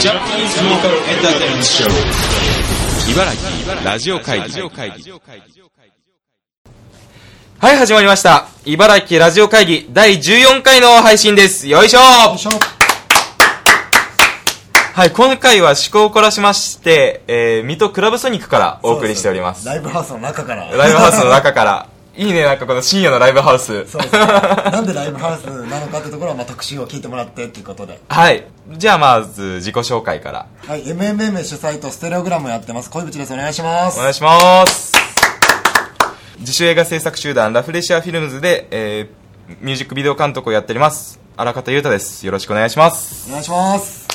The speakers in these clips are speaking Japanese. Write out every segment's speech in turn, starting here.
ジャパニーズローカルエンターテイメントショー茨城ラジオ会議。はい、始まりました。茨城ラジオ会議第14回の配信です。よいしょはい、今回は趣向を凝らしまして、えー、水戸クラブソニックからお送りしております。ライブハウスの中からライブハウスの中から。いいね、なんかこの深夜のライブハウス。そうですねなんでライブハウスなのかってところはまあ特集を聞いてもらってっていうことではい。じゃあまず自己紹介から。はい MMM 主催とステレオグラムやってます恋口ですお願いしまおす願いします。自主映画制作集団ラフレシアフィルムズで、えー、ミュージックビデオ監督をやっております。荒方優太です。よろしくお願いします。お願いします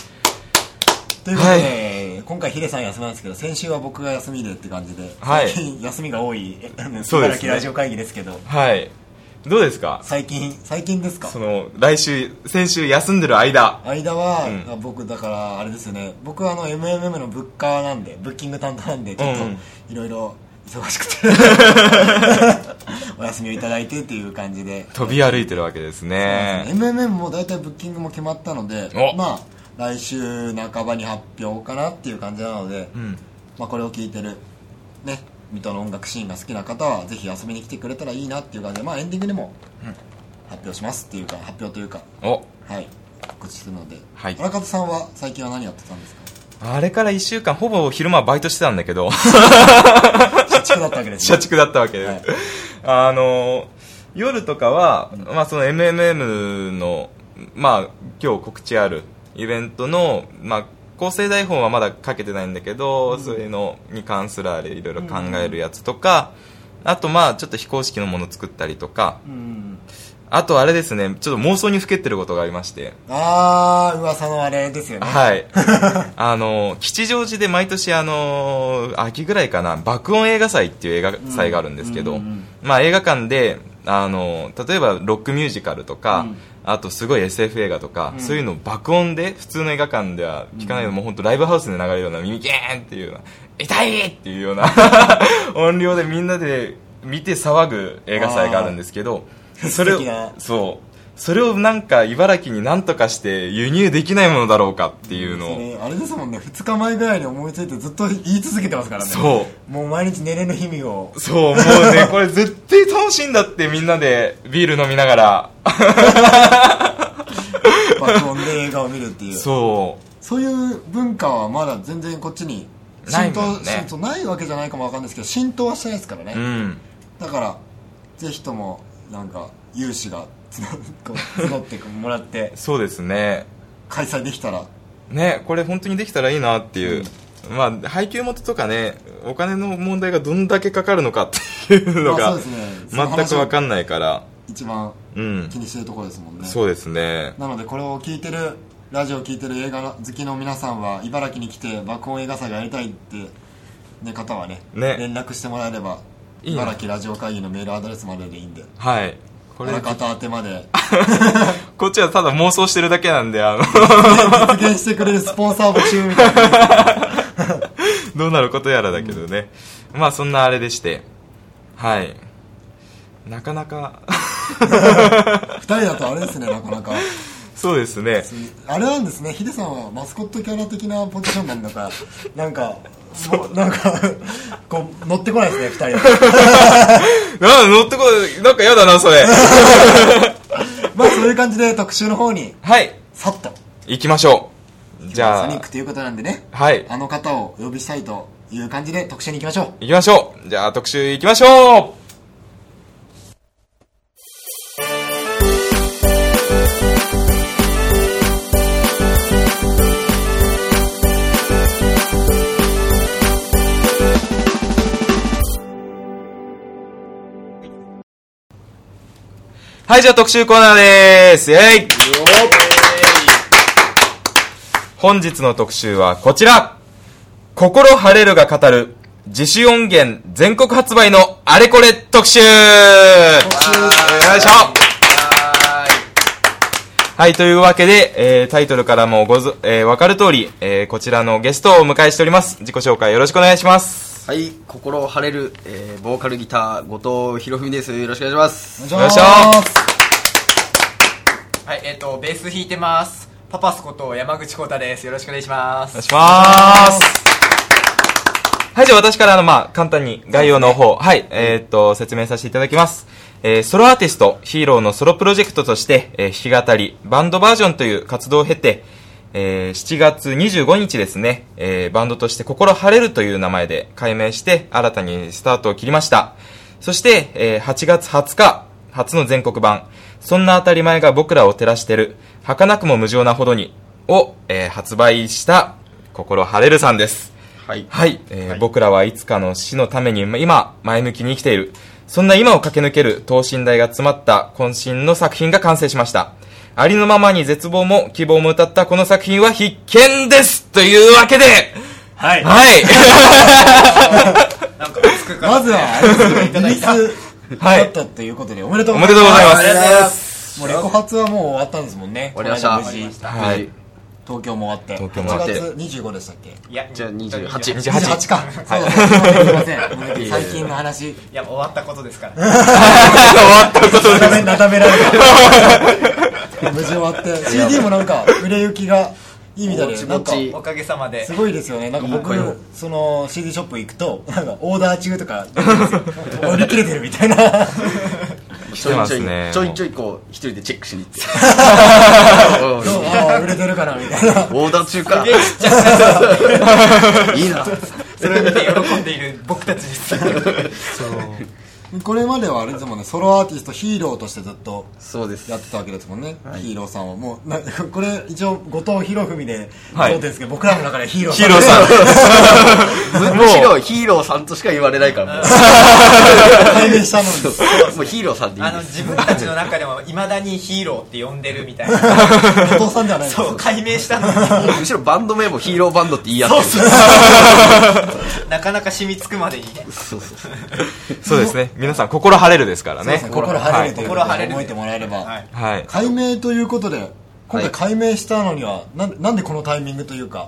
ということで、今回ヒデさん休みなんですけど先週は僕が休みでって感じで、はい最近休みが多いそうですね茨城ラジオ会議ですけどはい。どうですか最近最近ですかその、来週、先週休んでる間。間は、んあ僕だからあれですよね僕はあの MMM のブッカーなんでブッキング担当なんでちょっうんうんといろいろ忙しく てお休みをいただいてっていう感じで、飛び歩いてるわけですね。 MMM も大体ブッキングも決まったのでおまあ来週半ばに発表かなっていう感じなので、うん。まあ、これを聞いてるね水戸の音楽シーンが好きな方はぜひ遊びに来てくれたらいいなっていう感じで、まあ、エンディングでも発表しますっていうか発表というかお、はい告知するので、はい荒方さんは最近は何やってたんですかあれから一週間、ほぼ昼間バイトしてたんだけど、社畜だったわけです社ね畜だったわけで。はいあの、夜とかは、まあその MMM の、まあ今日告知あるイベントの、まあ構成台本はまだ書けてないんだけど、そういうのに関するあれいろいろ考えるやつとか、あとまあちょっと非公式のもの作ったりとか、うんあとあれですね、ちょっと妄想にふけってることがありまして、ああ噂のあれですよねはい。 あの、吉祥寺で毎年あの、秋ぐらいかな、爆音映画祭っていう映画祭があるんですけど、うんうんうんまあ映画館で、あの、例えばロックミュージカルとか、うんあとすごい SF 映画とか、そういうのを爆音で、普通の映画館では聞かないの、もう本当ライブハウスで流れるような耳ゲーンっていうような、痛いっていう ような音量でみんなで見て騒ぐ映画祭があるんですけど、それを素敵な、そう。それをなんか茨城に何とかして輸入できないものだろうかっていうそのを。れあれですもんね2日前ぐらいに思いついてずっと言い続けてますからねそうもう毎日寝れぬ日々をう。そう、もう ね、これ絶対楽しいんだってみんなでビール飲みながら。爆音で映画を見るっていうそそういう文化はまだ全然こっちに浸透ないもんね浸透ないわけじゃないかもわかんないですけど浸透はしてないですからね、う。うん。だからぜひともなんか有志が募こう募ってもらってそうですね。開催できたらね、これ本当にできたらいいなっていう。まあ、配給元とかね、お金の問題がどんだけかかるのかっていうのまあがそう、ですね全くわんかんないから。一番うん気。にしてるところですもんねそうですね。なのでこれを聞いてるラジオを聞いてる映画好きの皆さんは茨城に来て爆音映画祭がやりたいって、ね、方はねね連絡してもらえればいいな茨城ラジオ会議のメールアドレスまででいいんではい。ここれれ、方宛てまでこっちはただ妄想してるだけなんで、あの、実現してくれるスポンサー募集みた いなどうなることやらだけどね、まあそんなあれでしてはいなかなか 二人だとあれですねなかなかそうですねあれなんですねヒデさんはマスコットキャラ的なポジションなんだからなんかもうなんかこう乗ってこないですね二人はなん乗ってこいなんかやだなそれ まあそういう感じで特集の方にはいさっと行きましょうじゃソニッあクということなんでねはいあの方をお呼びしたいという感じで特集に行きましょ行きましょうじゃあ特集行きましょうはい、じゃあ特集コーナーでーすイェイ本日の特集はこちら心晴れるが語る自主音源全国発売のあれこれ特集よいしょはい、というわけで、えータイトルからもごぞ、えーわかる通り、えーこちらのゲストをお迎えしております。自己紹介よろしくお願いします。はい、心を晴れる、えーボーカルギター、後藤博文です。よろしくお願いします。うよいしょはい、えっ、と、ベース弾いてます。パパスこと山口浩太です。よろしくお願いしまお願いす。します。はい、じゃあ私からあの、まあ、簡単に概要の方、はい、えーっと、説明させていただきます。えーソロアーティスト、ヒーローのソロプロジェクトとして、えー弾き語り、バンドバージョンという活動を経て、えー7月25日ですね、えーバンドとして心晴れるという名前で改名して、新たにスタートを切りました。そして、えー8月20日、初の全国版、そんな当たり前が僕らを照らしてる、儚くも無情なほどに、を、えー発売した、心晴れるさんです。はいはい、えー僕らはいつかの死のためにま今、前向きに生きている。そんな今を駆け抜ける等身大が詰まった渾身の作品が完成しました。ありのままに絶望も希望も歌ったこの作品は必見ですというわけでは い。はいなんか熱くまずは、あれですね、リリースはいだったということで、おめでとうおめでとうございますありがとうございます。もうもうレレココ発はもう終わったんですもんね。終わりましたこの間無事はい無事東京も終わって。東京も終わって8月25でしたっけいや、じゃあ28 28 28か。そうだそうだすいません。もう最近の話、いや、終わったことです から。なだめ、なだめられた。無事終わって。CD もなんか、売れ行きがいいみたいぼで、ちなぼんか、。ちおかげさまですごいですよね。なんか僕いい声を、その CD ショップ行くと、なんかオーダー中とか出てるんですよ、売り切れてるみ たいな。ちょいちょい、ねちょいちょいこう、一人でチェックし に行って。おいどうああ、売れてるかなみたいな。オーダー中か。いいな。それを見て喜んでいる僕たちです。これまではあれですもんね、ソロアーティストヒーローとしてずっとそうですや。ってたわけですもんね、ヒーローさんはもうなこれ一応後藤博文ではいそうですけど、僕らの中でヒーローヒーローさんむむしろヒーローさんとしか言われないから、も解明したのに う。もうヒーローさんでいいあでの、す。自分たちの中でも未だにヒーローって呼んでるみたい な。後藤さんではないですそう、解明したのに。 むしろバンド名もヒーローバンドって言い合ってる。なかなか染みつくまでに。そうそうそう。そうですね。皆さん、心晴れるですからそうでね。すね心晴れるということ心晴でれる覚えてもらえれば、はい。はい。はい解明ということで今は回い解明したのには、なんなんでこのタイミングというか、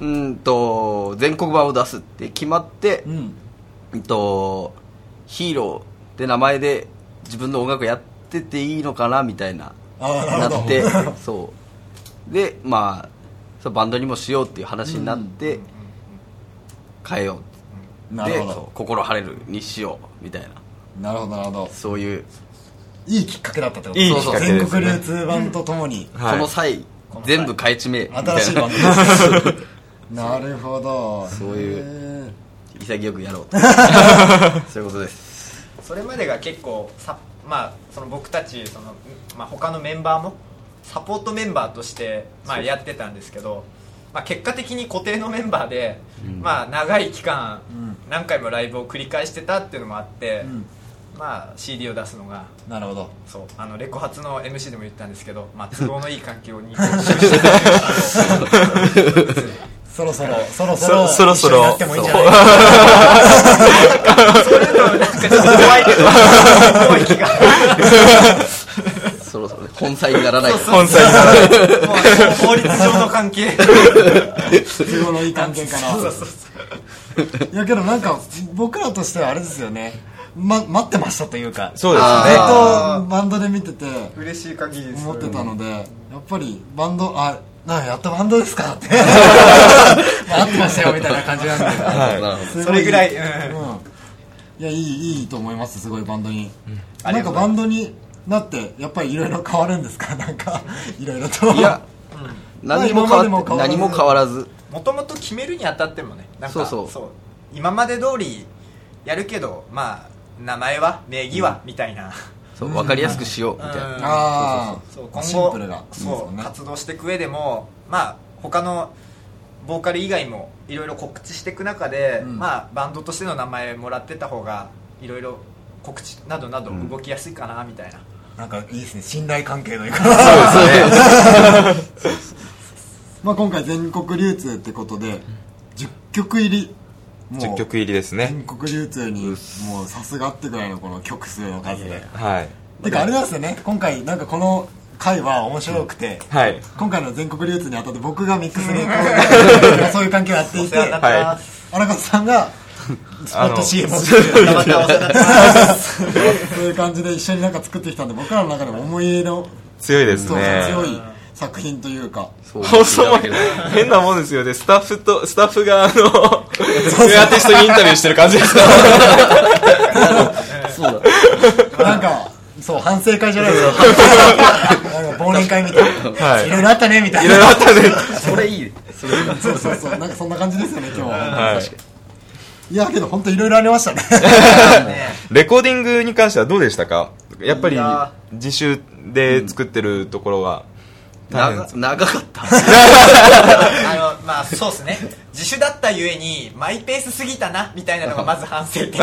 うーんと、全国版を出すって決まってう、ん、うんと、ヒーローって名前で自分の音楽やってていいのかなみたいな。ああなるなっほてどそうでまあそうバンドにもしようっていう話になって、変えようなでるほそうど心晴れるにしようみたいななるほどなるほどそういう、いいきっかけだったってこといいきっかけですね全国流通版とともに、その際全部変えちめえみたいな新しい版ですなるほどそういうへ 潔くやろうとそういうことですそれまでが結構さ、まあ、その僕たちその、まあ、他のメンバーもサポートメンバーとして、まあ、やってたんですけど、まあ、結果的に固定のメンバーで、まあ、長い期間、何回もライブを繰り返してたっていうのもあって、んまあ、CD を出すのが。ーなるほどそうあのレコ発の MC でも言ったんですけど、まあ、都合のいい環境に収集してたんですけどそろそろ、そろそろ、そそろそろ一緒になってもいいんじゃないかなそういうのもなんかちょっと怖いけど怖い気がそろそろね本妻にならないから本妻にならないもうあの法律上の関係都合のいい関係かな。そうそうそういやけどなんか、僕らとしてはあれですよね。ま、待ってましたというか。ずっそうですとね。バンドで見てて、嬉しい限りです思ってたので、やっぱりバンド、あ、なやっとバンドですかって。待ってましたよみたいな感じなんで。はすごそれぐらいうんうんいや、いい、いいと思います、すごいバンドに。なありんがかとうござバンドいますになって、やっぱりいろいろ変わるんですか なんか、いろいろと。いや、何も変まわあ今までもって変わらず何も変わらずもともと決めるにあたってもねなんかそうそう今まで通りやるけどまあ名前は名義は、みたいなそう分かりやすくしようみたいうんなああそう今シン後プルなそう、ね活動していく上でもまあ他のボーカル以外もいろいろ告知していく中で、うんまあ、バンドとしての名前もらってた方がいろいろ告知などなど動きやすいかなみたいなな、んかいいですね信頼関係というかそうですねまあ今回全国流通ってことで10曲入りもうい。10曲入りですね。全国流通にもうさすがってぐらいのこの曲数の数ではい。てかあれなんですよね今回なんかこの回は面白くて、はい。今回の全国流通にあたって僕がミックスにこ うそういう関係をやっていおて世話になってます、荒川さんがスポあッのト CM を作るたまたまお世話になってますそういう感じで一緒になんか作ってきたんで僕らの中でも思い入れの 強いですそうね。強い作品というかそう放送も変なもんですよね。スタッフと、スタッフが、あの、アーティストにインタビューしてる感じですかそうなんかそう反省会じゃないです かなんか忘年会みたいな、はいいろいろあったねみたいいなろいろあったね。だそれいいそれいいなそうそうそうなんかそんな感じですよね今日ははい。いやけど本当いろいろありましたね ねレコーディングに関してはどうでしたかやっぱいりや自習で作ってるところは大変で長す長かった あのまあそうですね自主だったゆえにマイペースすぎたなみたいなのがまず反省 点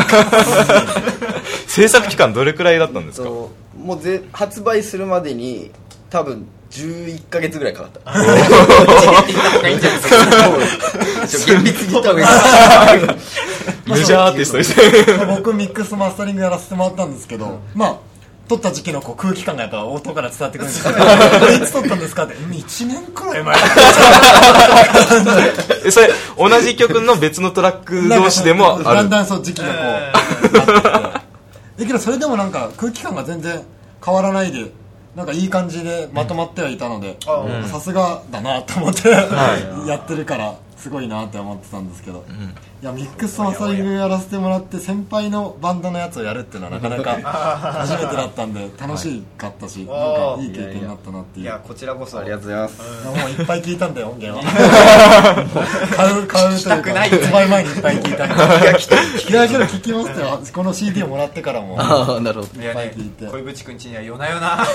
制作期間どれくらいだったんですかそうもうぜ発売するまでに多分11ヶ月ぐらいかか ったちょ厳密に言った方がいいメジャーアーティストですね僕ミックスマスタリングやらせてもらったんですけど、まあ撮った時期のこう空気感がやっぱ音から伝わってくるんですけどこれいつ撮ったんですかってうん1年くらい前えそれ同じ曲の別のトラック同士でもなんかあだんるだんそう時期がこうなってきてだけどそれでもなんか空気感が全然変わらないでなんかいい感じでまとまってはいたのでうさすがだなと思って、はやってるからすごいなって思ってたんですけど、いやミックスマスタリングやらせてもらって先輩のバンドのやつをやるっていうのはなかなか初めてだったんで楽しかったし、なんかいい経験になったなっていういやこちらこそありがとうございますいやもういっぱい聞いたんだよ音源は買う買うというしたくない発売前にいっぱい聞いたんだよいやけど聞きますよこの CD をもらってからもああなるほどいやね聞いて小渕君ちには夜な 夜な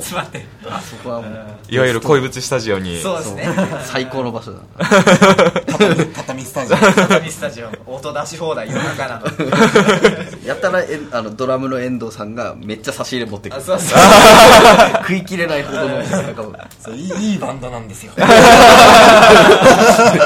集まってそこはもういわゆる恋物スタジオにそうですね 最高の場所だな畳畳スタジオ畳スタジオ音出し放題夜中なのやたらえんあのドラムの遠藤さんがめっちゃ差し入れ持ってくあるそう そう食いきれないほどのなんかもうそういいいいバンドなんですよ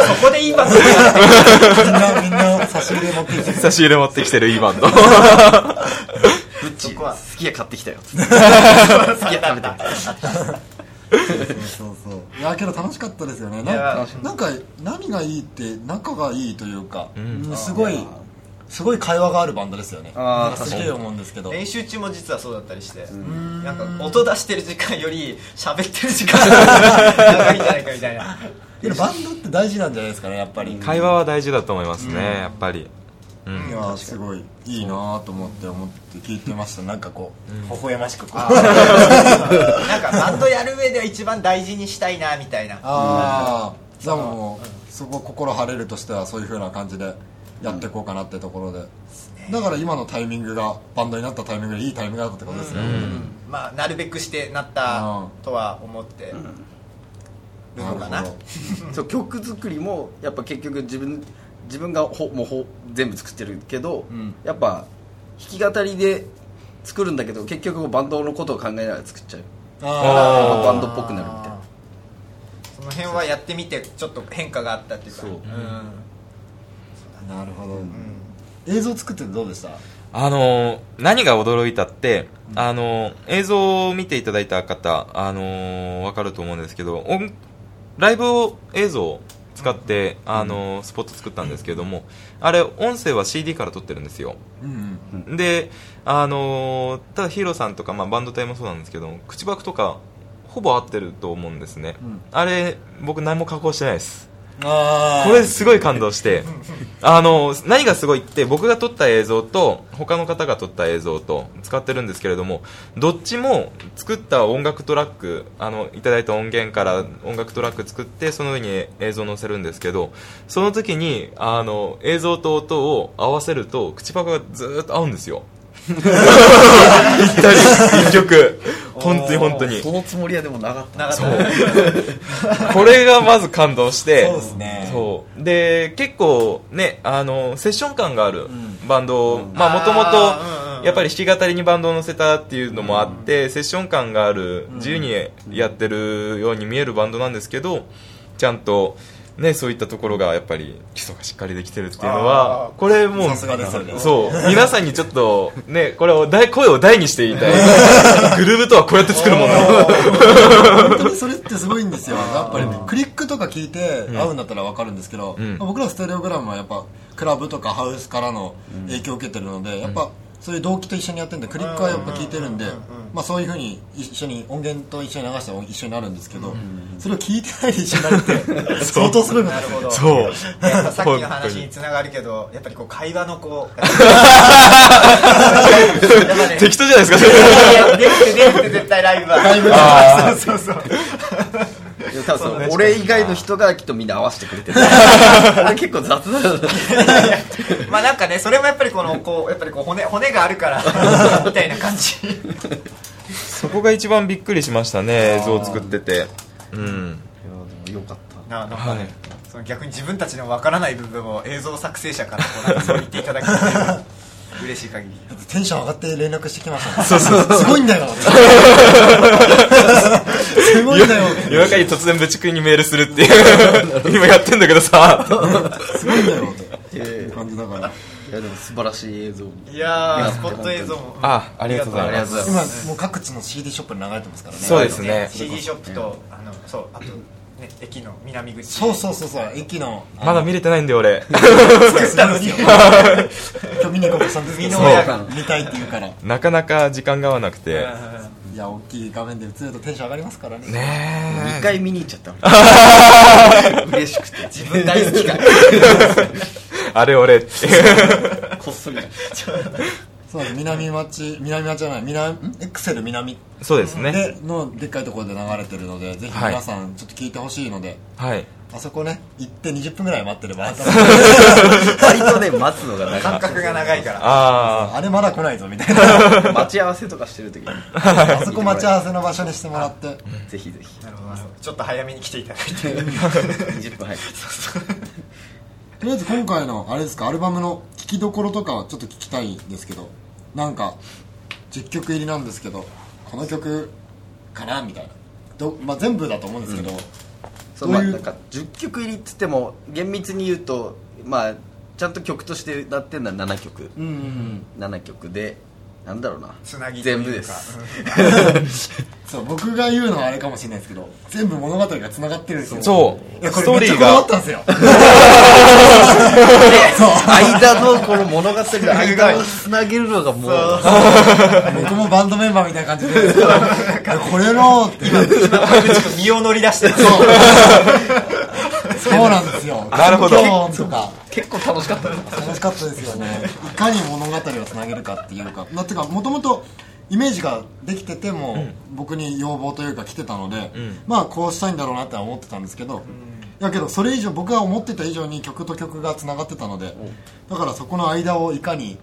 そこでいい場所みんなみんな差し入れ持ってきて差し入れ持ってきてるいいバンドブッチこは好きや買ってき たよ好きや食べてそうそうそういやけど楽しかったですよねないんやかなんか何がいいって仲がいいというか、うんすごいすごい会話があるバンドですよねあーなんかすげえ思うんですけど練習中も実はそうだったりしてなんか音出してる時間より喋ってる時間が長いんじゃないかみたいなけどバンドって大事なんじゃないですかねやっぱり、会話は大事だと思いますねやっぱりいやーすごいいいなーと思って思って聞いてましたなんかこう微笑ましくこうなんかバンドやる上では一番大事にしたいなみたいなああじゃあもうそこ心晴れるとしてはそういうふうな感じでやっていこうかなってところでだから今のタイミングがバンドになったタイミングでいいタイミングだったってことですねまあなるべくしてなったとは思ってるのかなそう曲作りもやっぱ結局自分自分がほもうほ全部作ってるけど、やっぱ弾き語りで作るんだけど結局バンドのことを考えながら作っちゃうあやっぱバンドっぽくなるみたいなその辺はやってみてちょっと変化があったっていうかそううんあなるほど、映像作っててどうでしたあの何が驚いたってあの映像を見ていただいた方あのわかると思うんですけど音ライブを映像を使ってあのスポット作ったんですけどもあれ音声は CD から撮ってるんですようんうんであのただヒーローさんとか、まあ、バンド隊もそうなんですけど口ばくとかほぼ合ってると思うんですね、んあれ僕何も加工してないですあこれすごい感動してあの何がすごいって僕が撮った映像と他の方が撮った映像と使ってるんですけれどもどっちも作った音楽トラックあのいただいた音源から音楽トラック作ってその上に映像を載せるんですけどその時にあの映像と音を合わせると口パクがずーっと合うんですよぴったり一曲本当に本当にそのつもりはでもなかった長田これがまず感動してそうですねそうで結構ねあのセッション感があるバンドを、まあもともあーうんうんうんとやっぱり弾き語りにバンドを乗せたっていうのもあって、セッション感がある自由にやってるように見えるバンドなんですけどちゃんとねそういったところがやっぱり基礎がしっかりできてるっていうのあはこれもうさすがですよねそう皆さんにちょっとねこれを大声を大にして言いたいグルーヴとはこうやって作るもんだ本当にそれってすごいんですよやっぱりクリックとか聞いて合うんだったら分かるんですけど、ん僕らステレオグラムはやっぱクラブとかハウスからの影響を受けてるので、やっぱそういう動機と一緒にやってるんでクリックはやっぱ聞いてるんで、まあ、そういうふうに一緒に音源と一緒に流したら一緒になるんですけど、それを聞いてないで一緒になるって 相当すごいことなでるすほよどそうやっぱさっきの本話当ににつながるけどやっぱりこう会話のこうやっぱね 適当じゃないですかそれ出るって出るって絶対ライブはライブそうそうそういや多分その俺以外の人がきっとみんな合わせてくれて る俺結構雑だよまあなんかねそれもやっぱりこのこうやっぱりこう骨骨があるからみたいな感じそこが一番びっくりしましたね映像を作っててうんよかったななんかはいその逆に自分たちのわからない部分を映像作成者からこうなんかそう言っていただくっていうのは嬉しい限りテンション上がって連絡してきました、ね、 すごいんだよすごいんだよ夜中に突然部畜にメールするっていう今やってんだけどさすごいんだよっていやいいう感じだからやでも素晴らしい映像にいやースポット映像もあありがとうございますありがとうございま今もう各地の CD ショップに流れてますからねそうですね CD ショップとあのそうあとね駅の南口そうそうそうそう駅のまだ見れてないんだよ俺作ったのに今日見に行こうとしたんですけど海の親が見たいって言うからいなかなか時間が合わなくてうや大きい画面で映るとテンション上がりますからねね一回見に行っちゃった俺嬉しくて自分大好きかえあれ俺って こっそりそうです南町南町じゃない南んエクセル南 そうですねでのでっかいところで流れてるのでぜひはい皆さんちょっと聞いてほしいので、はいあそこね行って20分ぐらい待ってれ ば割とね待つのが長いん 感覚が長いからああれまだ来ないぞみたいな 待ち合わせとかしてる時にあそこ待ち合わせの場所にしてもらってぜひぜひなるほどなるほどちょっと早めに来ていただいて20分早くとりあえず今回のあれですかアルバムの聴きどころとかはちょっと聞きたいんですけどなんか10曲入りなんですけどこの曲かなみたいなど、まあ、全部だと思うんですけど、そうまあどういうなんか10曲入りっつっても厳密に言うとまあちゃんと曲としてなってんのは7曲うんうんうん7曲でなんだろうなつなぎという全か部ですそう僕が言うのはあれかもしれないですけど全部物語がつながってるんですよあそいうやこスれトーめリーっちゃこだわがったんですよ間のこの物語の間をつなげるのがもう僕もバンドメンバーみたい な感じでいやこれのってうん身を乗り出してるそうそうなんですよなるほど今日とか結構楽しかったです楽しかったですよねいかに物語をつなげるかっていうかだってかもともとイメージができてても、僕に要望というか来てたので、まあこうしたいんだろうなっては思ってたんですけど、だけどそれ以上僕が思ってた以上に曲と曲がつながってたので、だからそこの間をいかに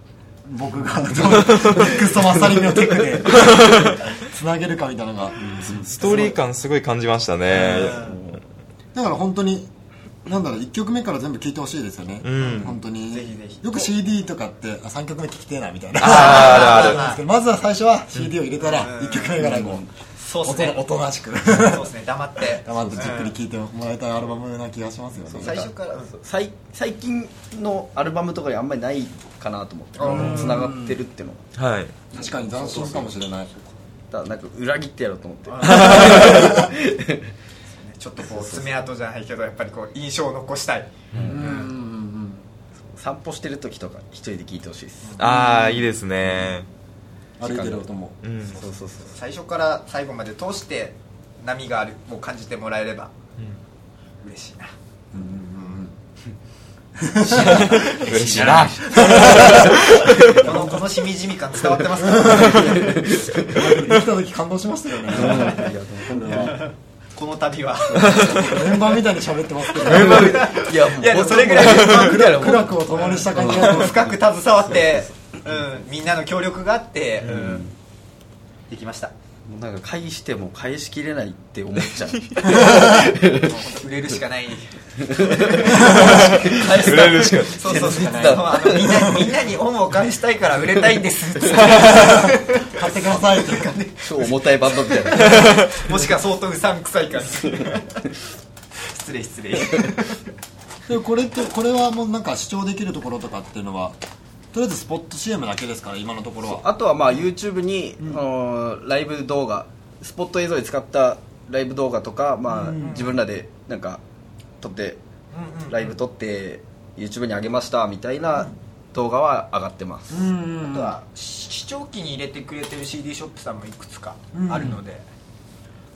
僕が ミックスとマスタリングのテクでつなげるかみたいなのが、ストーリー感すごい感じましたねだから本当になんだろう1曲目から全部聴いてほしいですよね、ん本当にぜひぜひよく CD とかってあ3曲目聴きてえなみたいなあるあるなんですけどまずは最初は CD を入れたら1曲目からこそううっおすとねおとなしくそうですね黙って黙ってじっくり聴いてもらいたいアルバムな気がしますよね最初からうん最最近のアルバムとかにあんまりないかなと思ってつながってるっていうのがはい確かに斬新かもしれないだからなんか裏切ってやろうと思ってちょっとこう爪痕じゃないけどやっぱりこう印象を残したい散歩してる時とか一人で聞いてほしいですああいいですね歩いてる音もうんそうそうそう最初から最後まで通して波があるを感じてもらえれば嬉しいな嬉しいなこの このしみじみ感伝わってますか できた時感動しましたよねこれはこの旅 はメンバーみたいに喋ってますけどいやもういやでもそれぐらいぐらい苦楽を共にした感じが深く携わってうんみんなの協力があってうんできましたももうなんか返しても返しきれないって思っちゃう う本 当売れるしかない売れるしかそうそうそうあのみんなみんなに恩を返したいから売れたいんです って買ってくださいっていう感じ超重たいバンドみたいなもしか相当うさんくさ いから失礼失礼でこれってこれはもうなんか視聴できるところとかっていうのはとりあえずスポット CM だけですから今のところはあとはまあ YouTube に、あのーライブ動画スポット映像で使ったライブ動画とか、まあ自分らでなんか撮って、ライブ撮って YouTube に上げましたみたいな動画は上がってます、うんあとは視聴器に入れてくれてる CD ショップさんもいくつかあるので、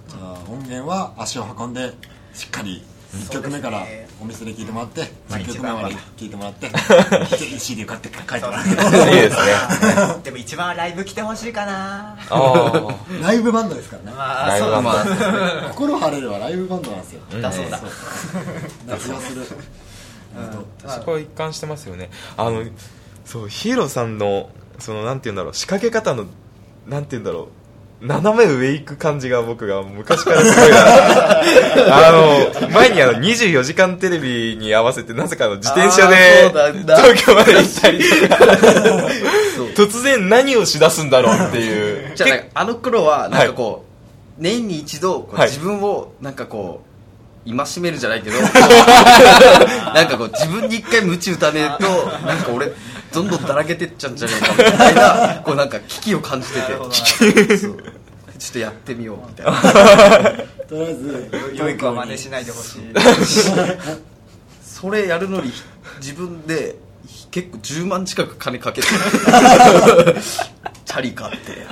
じゃあ音源は足を運んでしっかり1曲目からお店で聴いてもらってまあ1曲目まで一番は聴いてもらって CD 買って書いてもらいっいですね。 でも一番ライブ来てほしいかなあてライブバンドですからねまあ。ライブそうはまあ、心晴れるはライブバンドなんですよんだそうだ気がする本 そこは一貫してますよね。あの、そう、ヒーローさんの、その、なんて言うんだろう、仕掛け方の、なんて言うんだろう、斜め上行く感じが僕が昔からすごい なあの、前にあの、24時間テレビに合わせて、なぜかあの自転車であーそうだ東京まで行ったりと か、突然何をしだすんだろうって いう。じゃあなんかあの頃はなんかこう、年に一度こうはい自分をなんかこう戒めるじゃないけどなんかこう自分に一回鞭打たねえとなんか俺どんどんだらけてっちゃうんじゃねえかみたいなこうなんか危機を感じてて そうちょっとやってみようみたいな当とりあえず良い子は真似しないでほ しいそれやるのに自分で結構10万近く金かけてチャリ買って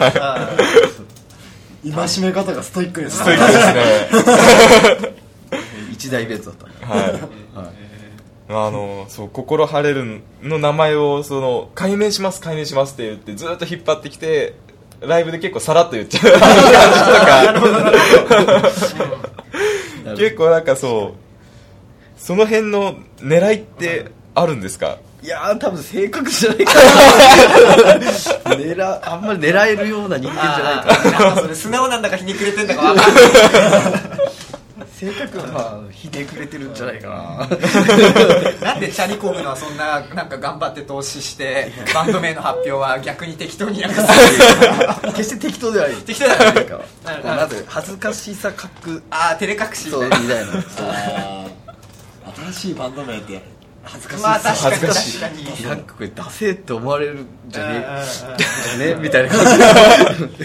戒め方がストイックですそういうことですね。一大イベントだったはい、あのそう心晴れるの名前をその解明します解明しますって言ってずっと引っ張ってきてライブで結構さらっと言っちゃう感じとか結構なんかそうその辺の狙いってあるんですかいやー多分性格じゃないから狙あんまり狙えるような人間じゃないかなんかそれ素直なんだかひねくれてんだかわかんないら性格はまあひねくれてるんじゃないかなんでチャリコグのはそんななんか頑張って投資してバンド名の発表は逆に適当にやる な決して適当ではない適当ではないかなるほどこうなぜ恥ずかしさ隠ああ照れ隠しみそうたいみなたいなあー新しいバンド名って恥ずかしいまあ確かに恥ずかしい確かになんかこれダセーって思われるんじゃねうんうんうんえねみたいな感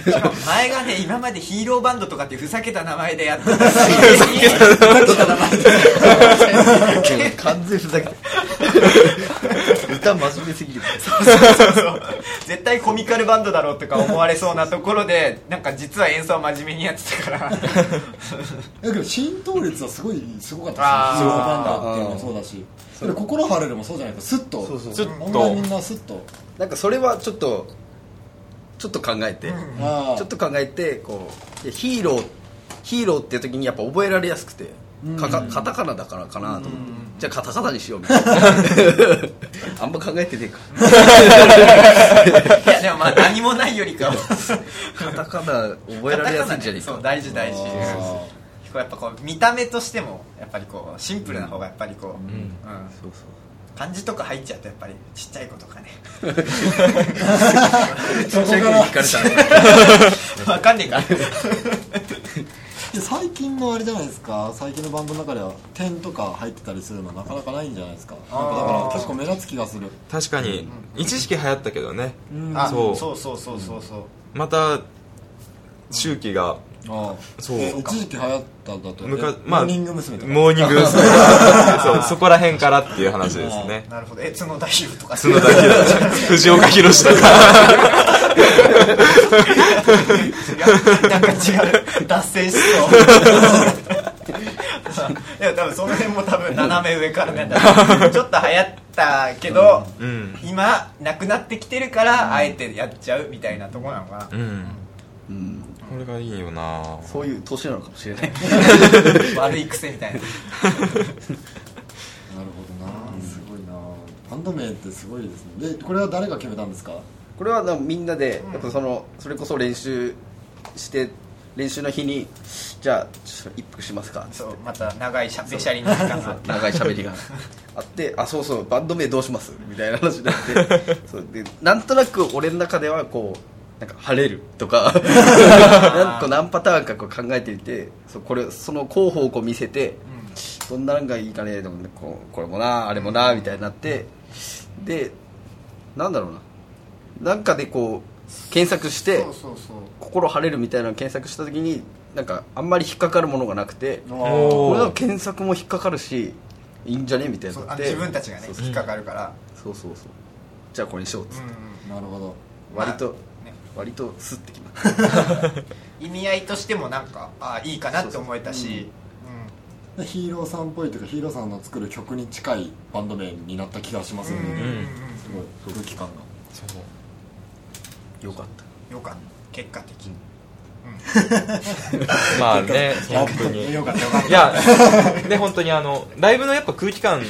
じしかも前がね今までヒーローバンドとかっていうふざけた名前でやってたし 完全にふざけてる歌真面目すぎる 絶対コミカルバンドだろうとか思われそうなところでなんか実は演奏は真面目にやって たからいやけど浸透率はすごいすごかったあーですよヒーローバンドっていうのもそうだしで心晴れるもそうじゃないですかスッとそうそうずっ本当とにみんなスッとなんかそれはちょっとちょっと考えて、あーちょっと考えてこういやヒーローヒーローっていう時にやっぱ覚えられやすくてかかカタカナだからかなと思って、じゃあカタカナにしようみたいな あんま考えてねえかいやでもまあ何もないよりか はカタカナ覚えられやすいんじゃねえそうか大事大事こあうやっぱこう見た目としてもやっぱりこうシンプルな方がやっぱりこう、うんそうそう漢字とか入っちゃうとやっぱりちっちゃい子 とかねちっちゃい子に聞かれたらわかんねえからで最近のあれじゃないですか最近のバンドの中では点とか入ってたりするのなかなかないんじゃないですかなんかだから結構目立つ気がする確かに一時期流行ったけどね、あそうそうそうそうそうそうまた周期があそう一時期流行ったんだとむかモーニング娘。とかモーニング娘。そうそこら辺からっていう話ですねなるほどえ角田ヒルとか角田博藤岡弘とか違うなんか違う 脱線しそういや多分その辺も多分斜め上からね ちょっと流行ったけど、うん今なくなってきてるからあえてやっちゃうみたいなとこなのかな、うんうんこれがいいよなそういう年なのかもしれない悪い癖みたいななるほどなすごいなバンド名ってすごいですねでこれは誰が決めたんですかこれはなんかみんなでやっぱそのそれこそ練習して練習の日にじゃあちょっと一服しますかそうまた長いしゃべしゃりの時間があって長い喋りが あってあそうそうバンド名どうしますみたいな話になって そうでなんとなく俺の中ではこうなんか晴れると かなんか何パターンかこう考えていてそうこれその候補をこう見せて、どんなのがいいかねでもねこうこれもなあれもなみたいになってでなんだろうななんかでこう検索してそうそう心晴れるみたいなのを検索した時になんかあんまり引っかかるものがなくておこれーは検索も引っかかるしいいんじゃねみたいにそうなあって自分たちがねそう引っかかるからそうそうそうじゃあこれにしようっつって、なるほど割と、ね割とスッてきました意味合いとしてもなんかあいいかなって思えたしでヒーローさんっぽいというかヒーローさんの作る曲に近いバンド名になった気がしますうんようんうんね、うんすごい空気感がよかったよかった結果的にまあね本当によかったよかっいや、で、本当にあの、ライブのやっぱ空気感、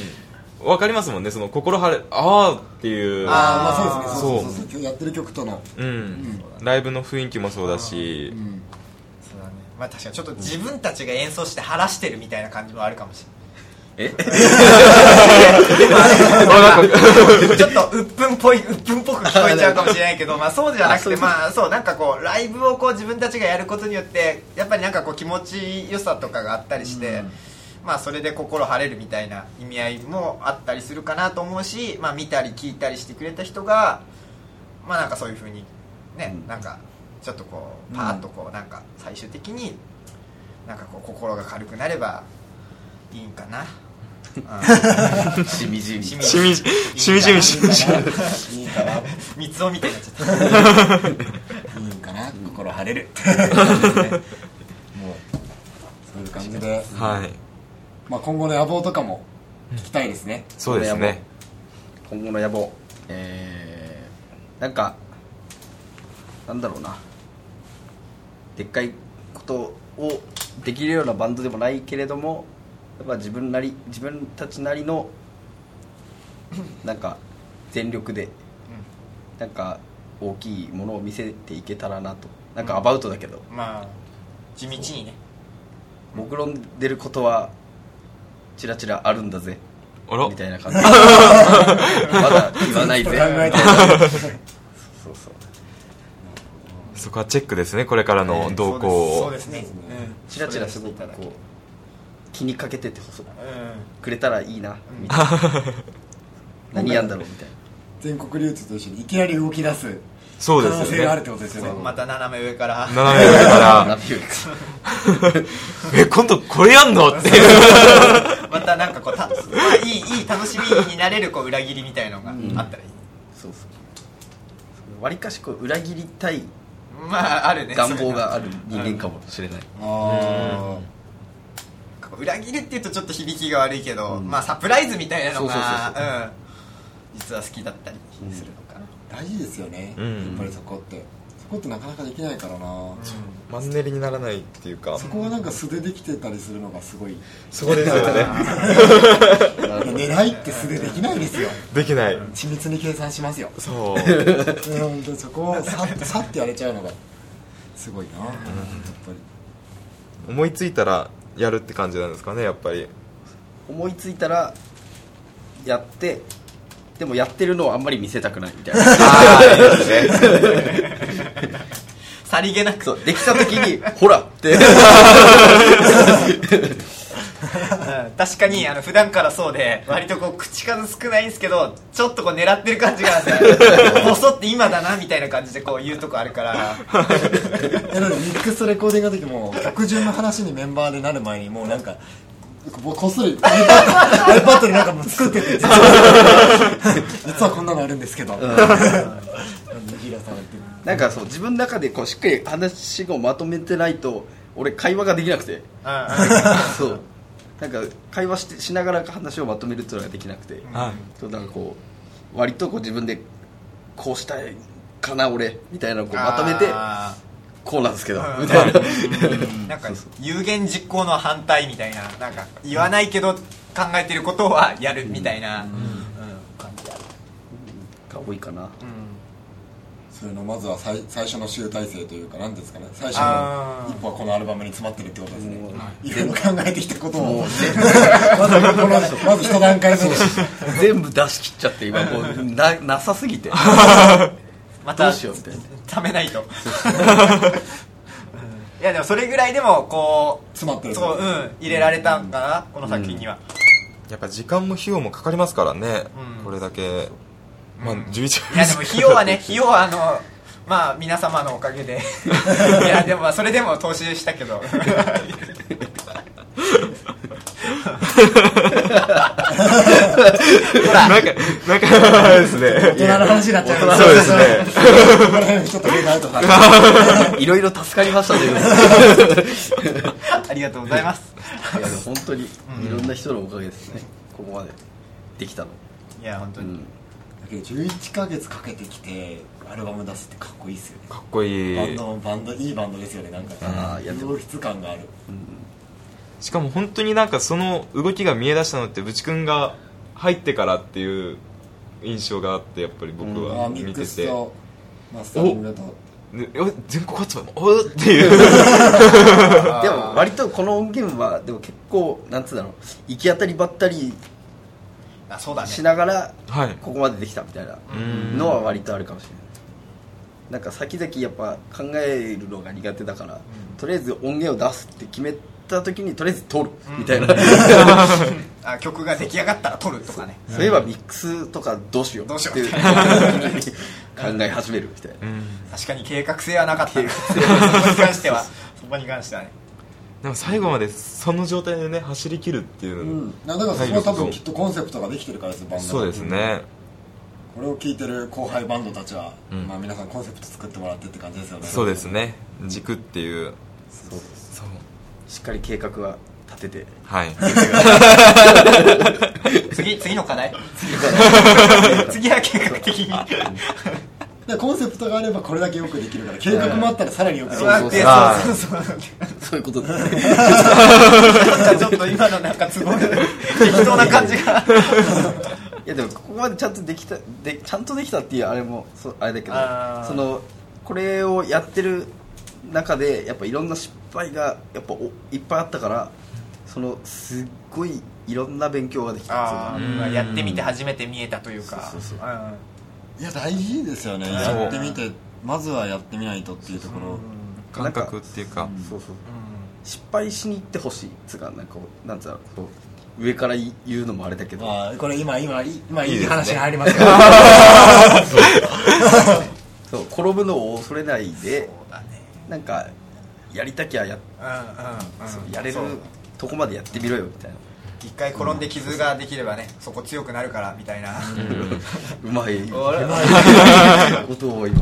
わかりますもんね、その心晴れ、あーっていう、たああまあそうでそすねそううそうそうやってる曲とのうん、ライブの雰囲気もそうだしう、んそうだねまあ確かにちょっと自分たちが演奏して晴らしてるみたいな感じもあるかもしえれないちょっとうっぷんっぽい鬱憤っぽく聞こえちゃうかもしれないけどまあそうじゃなくてまあそうなんかこうライブをこう自分たちがやることによってやっぱりなんかこう気持ちよさとかがあったりして、まあそれで心晴れるみたいな意味合いもあったりするかなと思うし、まあ、見たり聞いたりしてくれた人がまあなんかそういうふうにね、うんなんかちょっとこうパーッとこうなんか最終的になんかこう心が軽くなればいいんか な、 しみじみししみじしみじみしみじみいいかな三つをみたいになっちゃっいいんかな心晴れるもうそういう感じで、はい、まあ、今後の野望とかも聞きたいですね、そうですね。今後の野望えー、なんかなんだろうなでっかいことをできるようなバンドでもないけれどもやっぱ自分なり自分たちなりの なんか全力で、なんか大きいものを見せていけたらなとなんかアバウトだけど、たまあ地道にね目論んでることはチラチラあるんだぜあらみ、たいな感じまだ言わないぜ考えてそうそうそこはチェックですね、これからの動向そうをで。すねチラチラすごいたくだこう気にかけててほそうんくれたらいいなみたいな何やんだろうみたいな全国流通と一緒にいきなり動き出す そ可うで能す性があよね。るってことですよねまた斜め上から斜め上かラビューら、え、今度これやんのっていう。またなんかこうた、ま あ、いいいい楽しみになれるこう裏切りみたいのがあったらいい、そうそうわりかしこう裏切りたいまああるね願望があるそ人ういう間のかもしれないあなんか裏切るっていうとちょっと響きが悪いけど、まあサプライズみたいなそのがうそうそううん実は好きだったりするのかな、あ大事ですよね、うんやっぱりそこってそこってなかなかできないからな、マンネリにならないっていうかそこがなんか素でできてたりするのがすごいそこですよね。狙いって素でできないですよできない。緻密に計算しますよそう。 うん本当にそこをさっさってやれちゃうのがすごいな、やっぱり思いついたらやるって感じなんですかね、やっぱり。思いついたらやってでもやってるのをあんまり見せたくないみたい なさりげなくそうできた時にほらってうん確かにあの普段からそうで割とこう口数少ないんですけどちょっとこう狙ってる感じがあるんですよボソって今だなみたいな感じでこう言うとこあるからえだってミックスレコーディングの時も曲順の話にメンバーでなる前にもうなんかここっそり iPad になんかもう作って て実は実はこんなのあるんですけど、握らされてるなんかそう自分の中でこうしっかり話をまとめてないと俺会話ができなくて そうなんか会話してしながら話をまとめるっていうのができなくて、はい。そうなんかこう割とこう自分でこうしたいかな俺みたいなのをこうまとめてあこうなんですけどーみたいなうんなんか有言実行の反対みたいななんか言わないけど考えてることはやるみたいな、うん感じあるが多いかなそういうのまずは最最初の集大成というか何ですかね最初あのー一歩はこのアルバムに詰まってるってことですねもういろいろ考えてきたことを まずこのまず一段階目に全部出し切っちゃって今こうななさすぎてまたどうしようみたいなためないと うんいやでもそれぐらいでもこう詰まってるそううん入れられたんかな、この作品には、やっぱ時間も費用もかかりますからね、うんこれだけ、まあ11いや でも費用はね費用はあのまあ皆様のおかげ でいやでもまあそれでも投資したけど なんか、なんか、です大 ね。人の話になっちゃいまそうです ね。ここら辺ちょっと目が合うとかいろいろ助かりましたね ありがとうございますいやでも本当にいろんな人のおかげですね、ここまでできたの、いや本当うに、ん、だけど11ヶ月かけてきてアルバム出すってかっこいいっすよねかっこいバンい。ドバンドいいバンドですよねなんかあーいやでも良質感があるしかも本当になんかその動きが見え出したのって、ぶちくんが入ってからっていう印象があって、やっぱり僕あはーミ見ックてスて。とマスタリングとでお全国発売も、おっっていう。でも割とこの音源はでも結構なんつうんだろう行き当たりばったりあそうだねしながらはい。ここまでできたみたいなうんのは割とあるかもしれないなんか先々やっぱ考えるのが苦手だから、とりあえず音源を出すって決めた時にとりあえず撮るみたいな、 あ曲が出来上がったら撮るとかね そういえばミックスとかどうしようどうしよっていうってう考え始めるみたいな、確かに計画性はなかったそこに関してはそこに関してはねでも最後までその状態でね、走り切るっていうう。んだからそこは多分きっとコンセプトができてるからですよバンドのそうですね。これを聞いてる後輩バンドたちは、うんまあ、皆さんコンセプト作ってもらってって感じですよねそうですね。軸っていう。そうですそう。しっかり計画は立てて はい。次次の課題次は計画的にでコンセプトがあればこれだけよくできるから計画もあったらさらによくできそうるやそっうてそうあーそうそう そうそういうことですねなんかちょっと今のなんかすごい適当な感じがいやでもここまでちゃんとできたでちゃんとできたっていうあれもそうあれだけどあーそのこれをやってる中でやっぱいろんな失敗がやっぱおいっぱいあったからそのすっごいいろんな勉強ができたあそうーあやってみて初めて見えたというかそうそうそうんいや大事ですよねうやってみてまずはやってみないとっていうところ感覚っていうか。そうそう失敗しに行ってほしいつうかなんかこうなんつうのこう上から言うのもあれだけどまあこれ今今い今いいいですいね話に入りますからそう転ぶのを恐れないでそうだねなんかやりたきゃや,、うんうんうんやれるそうとこまでやってみろよみたいな一回転んで傷ができればねそこ強くなるからみたいな うまいあれことを今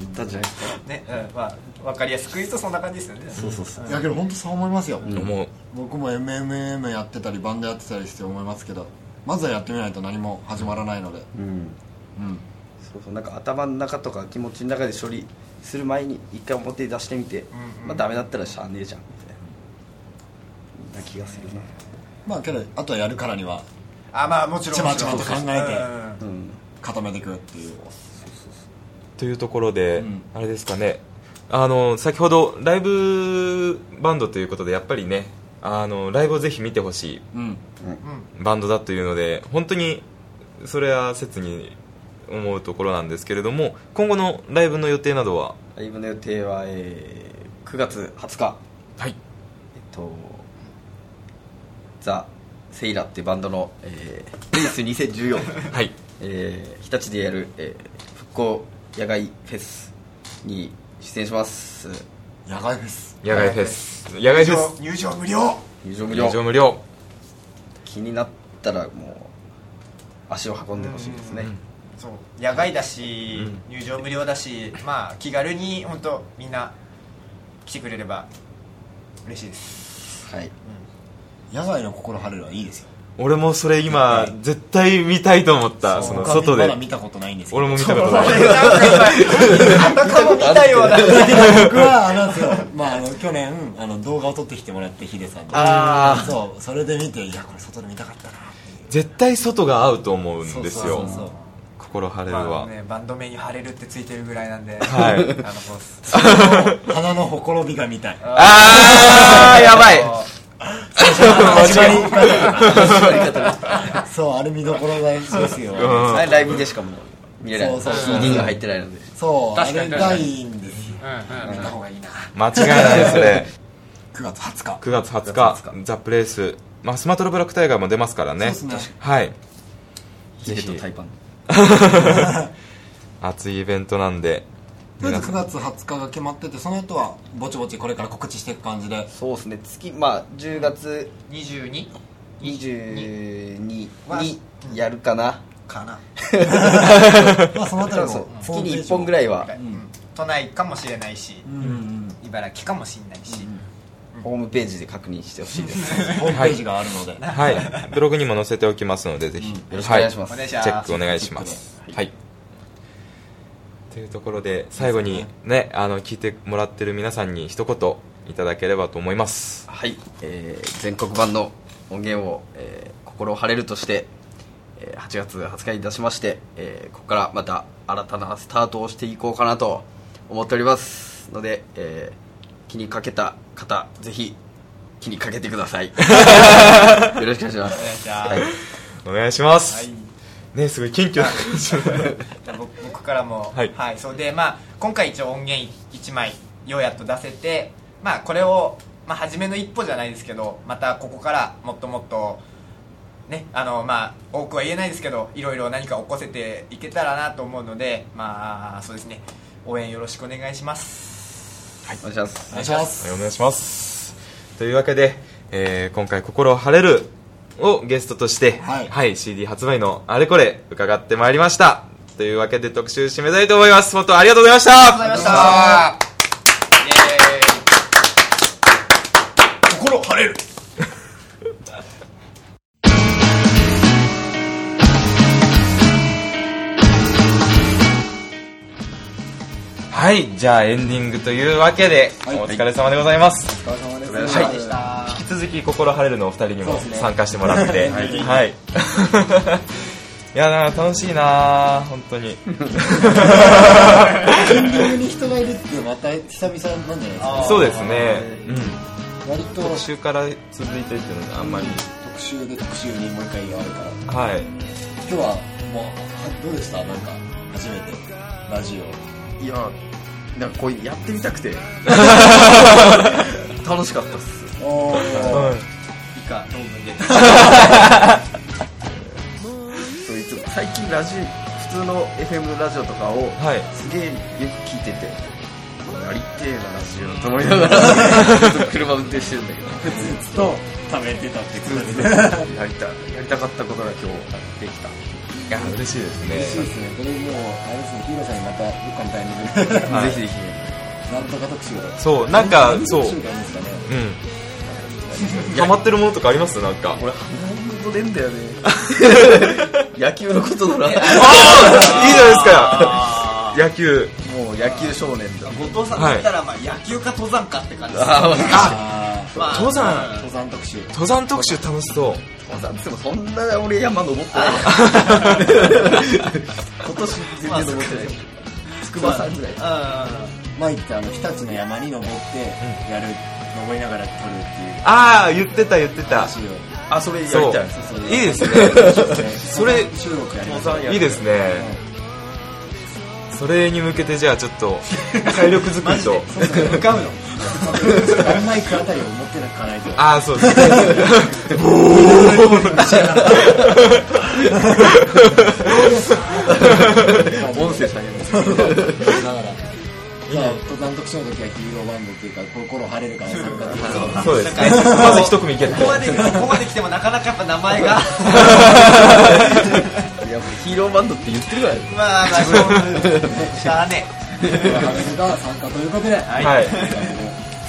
言ったんじゃないですか ねうんまあわかりやすく言うとそんな感じですよねそうそうそういやけど本当そう思いますよ、もう、僕も MMM やってたりバンドやってたりして思いますけどまずはやってみないと何も始まらないのでうんうんそうそうなんか頭の中とか気持ちの中で処理する前に一回表に出してみて、んうんまあダメだったらしゃあねえじゃんみたいなな気がするなまあけどあとはやるからにはあまあもちろんちまちまと考えてうんうんうん固めていくっていうというところで、うんあれですかねあの先ほどライブバンドということでやっぱりねあのライブをぜひ見てほしいうんバンドだというので本当にそれは切に思うところなんですけれども今後のライブの予定などはライブの予定は、えー9月20日はいえっとザ・セイラっていうバンドの、えー、レース2014 はいえー、日立でやる、えー復興野外フェスに出演します野外フェス野外フェス野外フェス入場無料入場無料入場無料気になったらもう足を運んでほしいですね、そう野外だし、入場無料だしまあ気軽に本当みんな来てくれれば嬉しいですはい 野外の心晴れるはいいですよ俺もそれ今絶対見たいと思ったその他外までだ見たことないんですけど俺も見たことないあたかも見たような僕はあれなんですよ、まあ、あの去年あの動画を撮ってきてもらってヒデさんにあそうそれで見ていやこれ外で見たかったな絶対外が合うと思うんですそうよそうそう心晴れるまあはね、バンド名に「晴れる」ってついてるぐらいなんで、はいあのこうそう花のほころびが見たい あーやばい始まり方そうあれ見どころがいいですよ、うんはいライブでしかもう見れないそうそうそう CD が入ってないのでそうあ確かれにがいいんですよ見た方がいいな間違いないですね9月20日9月20 9日ザ・プレイス、まあ、スマトロブラックタイガーも出ますからねそうですねはいヒデとタイパン熱いイベントなんでとりあえず9月20日が決まっててその後はぼちぼちこれから告知していく感じでそうですね月まあ10月22 22にやるかな かなまあそのあたりもそうホーム月ペにージ1本ぐらいはうん都内かもしれないしうんうん茨城かもしれないしホームページで確認してほしいですうんホームページがあるのではいブログにも載せておきますのでぜひ、よろしくお願いしますお願いしチまェすックお願いしますはいというところで最後にねあの聞いてもらってる皆さんに一言いただければと思いますはい、えー全国版の音源を、えー心を晴れるとして、えー8月20日に出しまして、えーここからまた新たなスタートをしていこうかなと思っておりますので、えー気にかけた方ぜひ気にかけてくだ さいよろしくお願いしますお願いしますはいお願いします、はいねすごい謙虚だじゃあ僕僕からもはいそうでまあ今回一応音源1枚ようやっと出せてまあこれを、まあ、初めの一歩じゃないですけどまたここからもっともっとねあのまあ多くは言えないですけどいろいろ何か起こせていけたらなと思うのでまあそうですね応援よろしくお願いしますお願いしますお願いしますお願いしますというわけで、えー今回「心を晴れる」をゲストとして、はい CD 発売のあれこれ伺ってまいりましたというわけで特集締めたいと思います本当ありがとうございましたありがとうございましたイエーイ心晴れるはいじゃあエンディングというわけで、はいお疲れ様でございます、お疲れ様お疲れです様でした引き続き心晴れるのお二人にもそうですね参加してもらって、はいはい いやなんか楽しいな本当にエンディングに人がいるってまた久々なんじゃないですかそうですね、うん割と特集から続いてっていうのがあんまり、特集で特集にもう一回やるからはい今日はもうはどうでしたなんか初めてラジオいやなんかこうやってみたくて 楽しかったっすおー以下論文で そういつも最近ラジ普通の FM ラジオとかをはいすげえよく聞いててやりてえなラジオと思いなが らちょっと車運転してるんだけどふつふつと食べてたってことですねやりたやりたかったことが今日できたいや嬉しいですね嬉しいですねこれもうあれですねヒーローさんにまたどっかのタイミングでぜひぜひなんとか特集をそうなんかそう特集がいいんですかねうんハマってるものとかありますなんか俺鼻ほど出んだよね 野球のことなあらいいじゃないですか野球もう野球少年だ後藤さんだったらまあ野球か登山かって感じです、あーあまあ登山ー登山特集登山特集楽しそうまあでもそんな俺山登って ないわ今年全然登ってない筑波山ぐらいうん前行ったあの日立の山に登ってやる、登りながら撮るっていうああ言ってた言ってた話をあそれやりそうたいいい ですねそれ収録やりましょういいですねそれに向けてじゃあちょっと体力作り と向かうのあんまりくあたりを持ってなくかない とああそう ですね音声下げますだからじゃあ登山特集の時はヒーローバンドっていうか心晴れるから参加できそうなそうですねまず一組いけたここまでここまで来てもなかなかやっぱ名前 がいやもうヒーローバンドって言ってるからいまあまあそうしゃあね感じが参加ということではいはいガヤ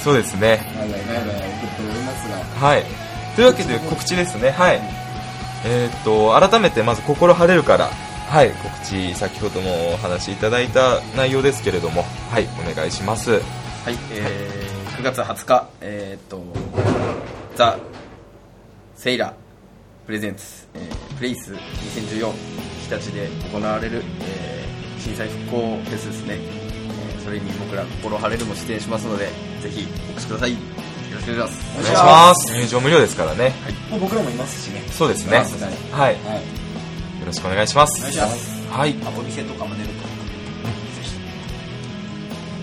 そうですねガヤガヤ送っておりますがはい。というわけで告知ですね。はい。えーっと、改めてまず心晴れるから、はい、告知、先ほどもお話しいただいた内容ですけれども、はい、お願いします。はい、えー、9月20日、えー、っと、ザ・セイラプレゼンツ、えー、プレイス2014日立で行われる、えー、震災復興フェスですね、えー、それに僕ら心晴れるも出演しますので、ぜひお越しください。よろしくお願いします。お願いします。入場無料ですからね。もう僕らもいますしねそうですね。はい。よはいろしくお願いします。願いしますはい。あお店とかも出ると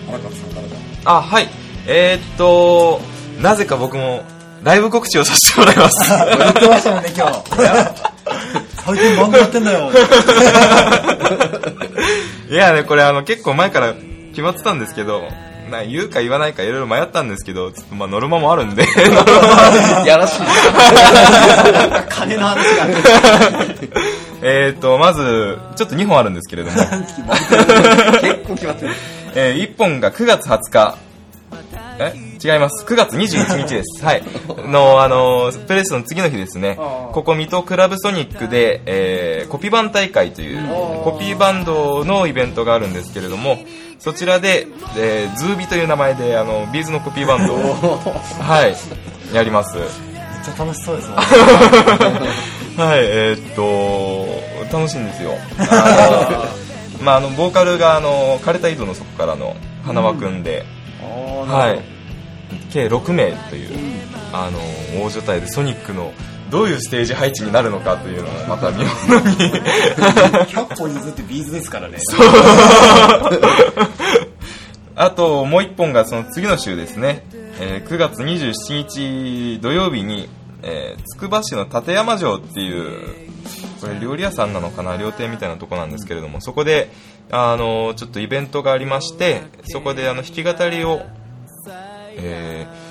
荒川さんからじゃあ、はい。えーっと、なぜか僕も、ライブ告知をさせてもらいます。 あ 言ってましたもんね今日 最近バンドやってんだよいやね、これあの結構前から決まってたんですけど、な言うか言わないかいろいろ迷ったんですけど、ちょっとまあノルマもあるんで、やらしいな金の話が えっと、まず、ちょっと2本あるんですけれども、結構決まってる え1本が9月20日、え違います。9月21日です。はい。の、あのープレスの次の日ですね。ここ、水戸クラブソニックで、えーコピバン大会という、コピーバンドのイベントがあるんですけれども、そちらで、えーズービという名前で、あの、ビーズのコピーバンドを、はい、やります。めっちゃ楽しそうですもんね はい、えーっと、楽しいんです よ。あのまあ、あの、ボーカルが、あの、枯れた井戸の底からの花輪くんで、はい、計6名という、あの大所帯でソニックのどういうステージ配置になるのかというのをまた見ように100本譲ってビーズですからねあともう1本がその次の週ですね、えー9月27日土曜日に、えーつくば市の立山城っていうこれ料理屋さんなのかな料亭みたいなとこなんですけれどもそこであのちょっとイベントがありましてそこであの弾き語りをえー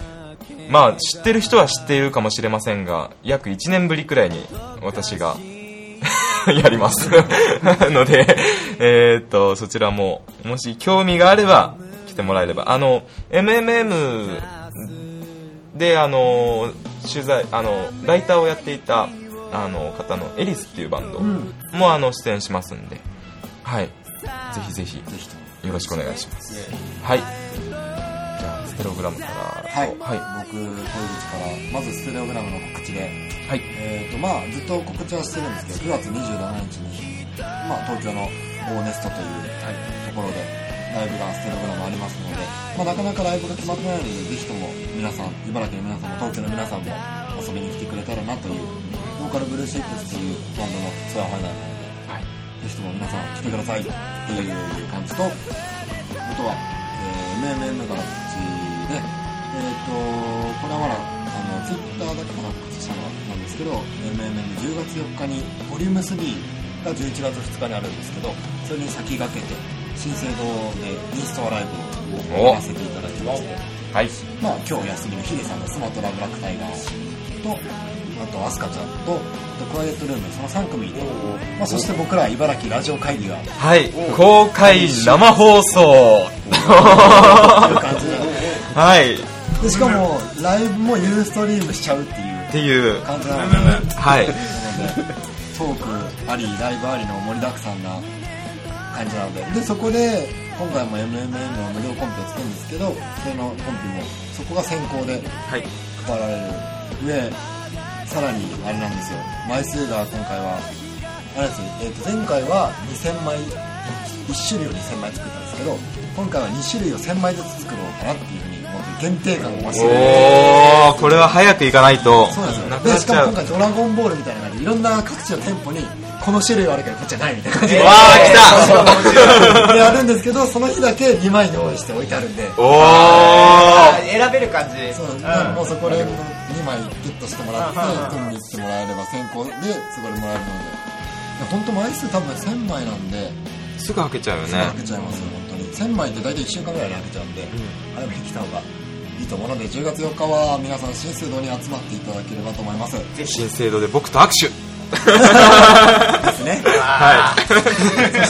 まあ知ってる人は知っているかもしれませんが約1年ぶりくらいに私が やります のでえーっとそちらももし興味があれば来てもらえればあの MMM であの取材あのライターをやっていたあの方のエリスっていうバンドもあの出演しますんではいぜひぜひよろしくお願いしますはいじゃあステログラムからはい、はい僕小口からまずステレオグラムの告知ではいえーとまあ、ずっと告知はしてるんですけど9月27日に、まあ、東京のオーネストというところでライブがステレオグラムありますので、まあ、なかなかライブが決まってないのでぜひとも皆さん茨城の皆さんも東京の皆さんも遊びに来てくれたらなというローカルブルーシェイプスというバンドのツアーファイナルなので、ぜひとも皆さん来てくださいっていう感じとあとは、えー、MMM から告知でえっ、とこれはまだあの Twitter だけかな告知したのはなんですけど MMM10 月4日にボリューム3が11月2日にあるんですけどそれに先駆けて新生堂でインストアライブをやらせていただきましてはいまあ、今日お休みのヒデさんのスマトラブラックタイガーと、あとアスカちゃんと、とクワイエットルーム、その3組で、まあ、そして僕ら茨城ラジオ会議が、といはい、公開生放送 う感じで、はい、っでしかもライブもユーストリームしちゃうっていうていう、感じなので、はい、 トークあり、ライブありの盛りだくさんな感じなので、で、そこで、今回も MMM の無料コンペを作るんですけど、それのコンペも、そこが先行で、はい、配られる上さらにあれなんですよ枚数が今回はあれですよ、えー、と前回は2000枚1種類を2000枚作ったんですけど今回は2種類を1000枚ずつ作ろうかなっていうふうにもう限定感を増しておー、これは早く行かないと、そうなんですなよくなでっしちゃかもう。わ今回ドラゴンボールみたいな感じでいろんな各地の店舗にこの種類はあるけどこっちはないみたいな感じでー、来たであるんですけどその日だけ2枚用意して置いてあるんであ おー選べる感じそう、うんもうそこで2枚ゲットしてもらって取りに行ってもらえれば先行でそこでもらえるので本当枚数多分1000枚なんでー、すぐ開けちゃうよ開ね。けちゃいますよ本当に1000枚って大体1週間ぐらいで開けちゃうんで、早めに来た方がいいと思うので10月4日は皆さん新生堂に集まっていただければと思いますで新制度で僕と握手。すねはい、そし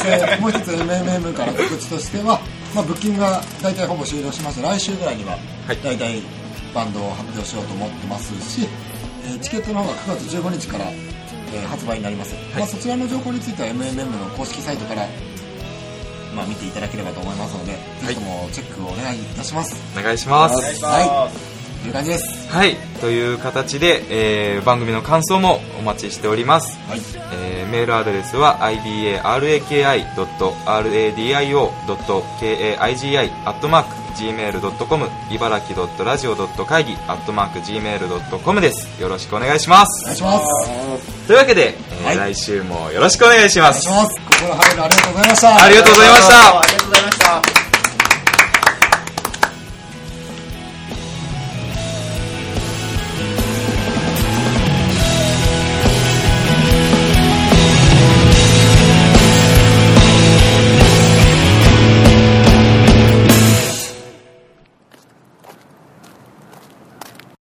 てもう一つ MMM から告知としては、まあ、ブッキングが大体ほぼ終了しまして来週ぐらいには大体バンドを発表しようと思ってますし、えーチケットの方が9月15日から、えー発売になります、まあ、そちらの情報については MMM の公式サイトから、まあ、見ていただければと思いますので、ぜひともチェックをお願いいたしますお願いします。はいという感じですはい、という形で、えー番組の感想もお待ちしております、はいえーメールアドレスは ibaraki.radio.kaigi.gmail.com 茨城 .radio.会議.gmail.com ですよろしくお願いしまお願すいしますというわけで、えーはい来週もよろしくお願いしまお願いしすます心入るありがとうございましたありがとうございました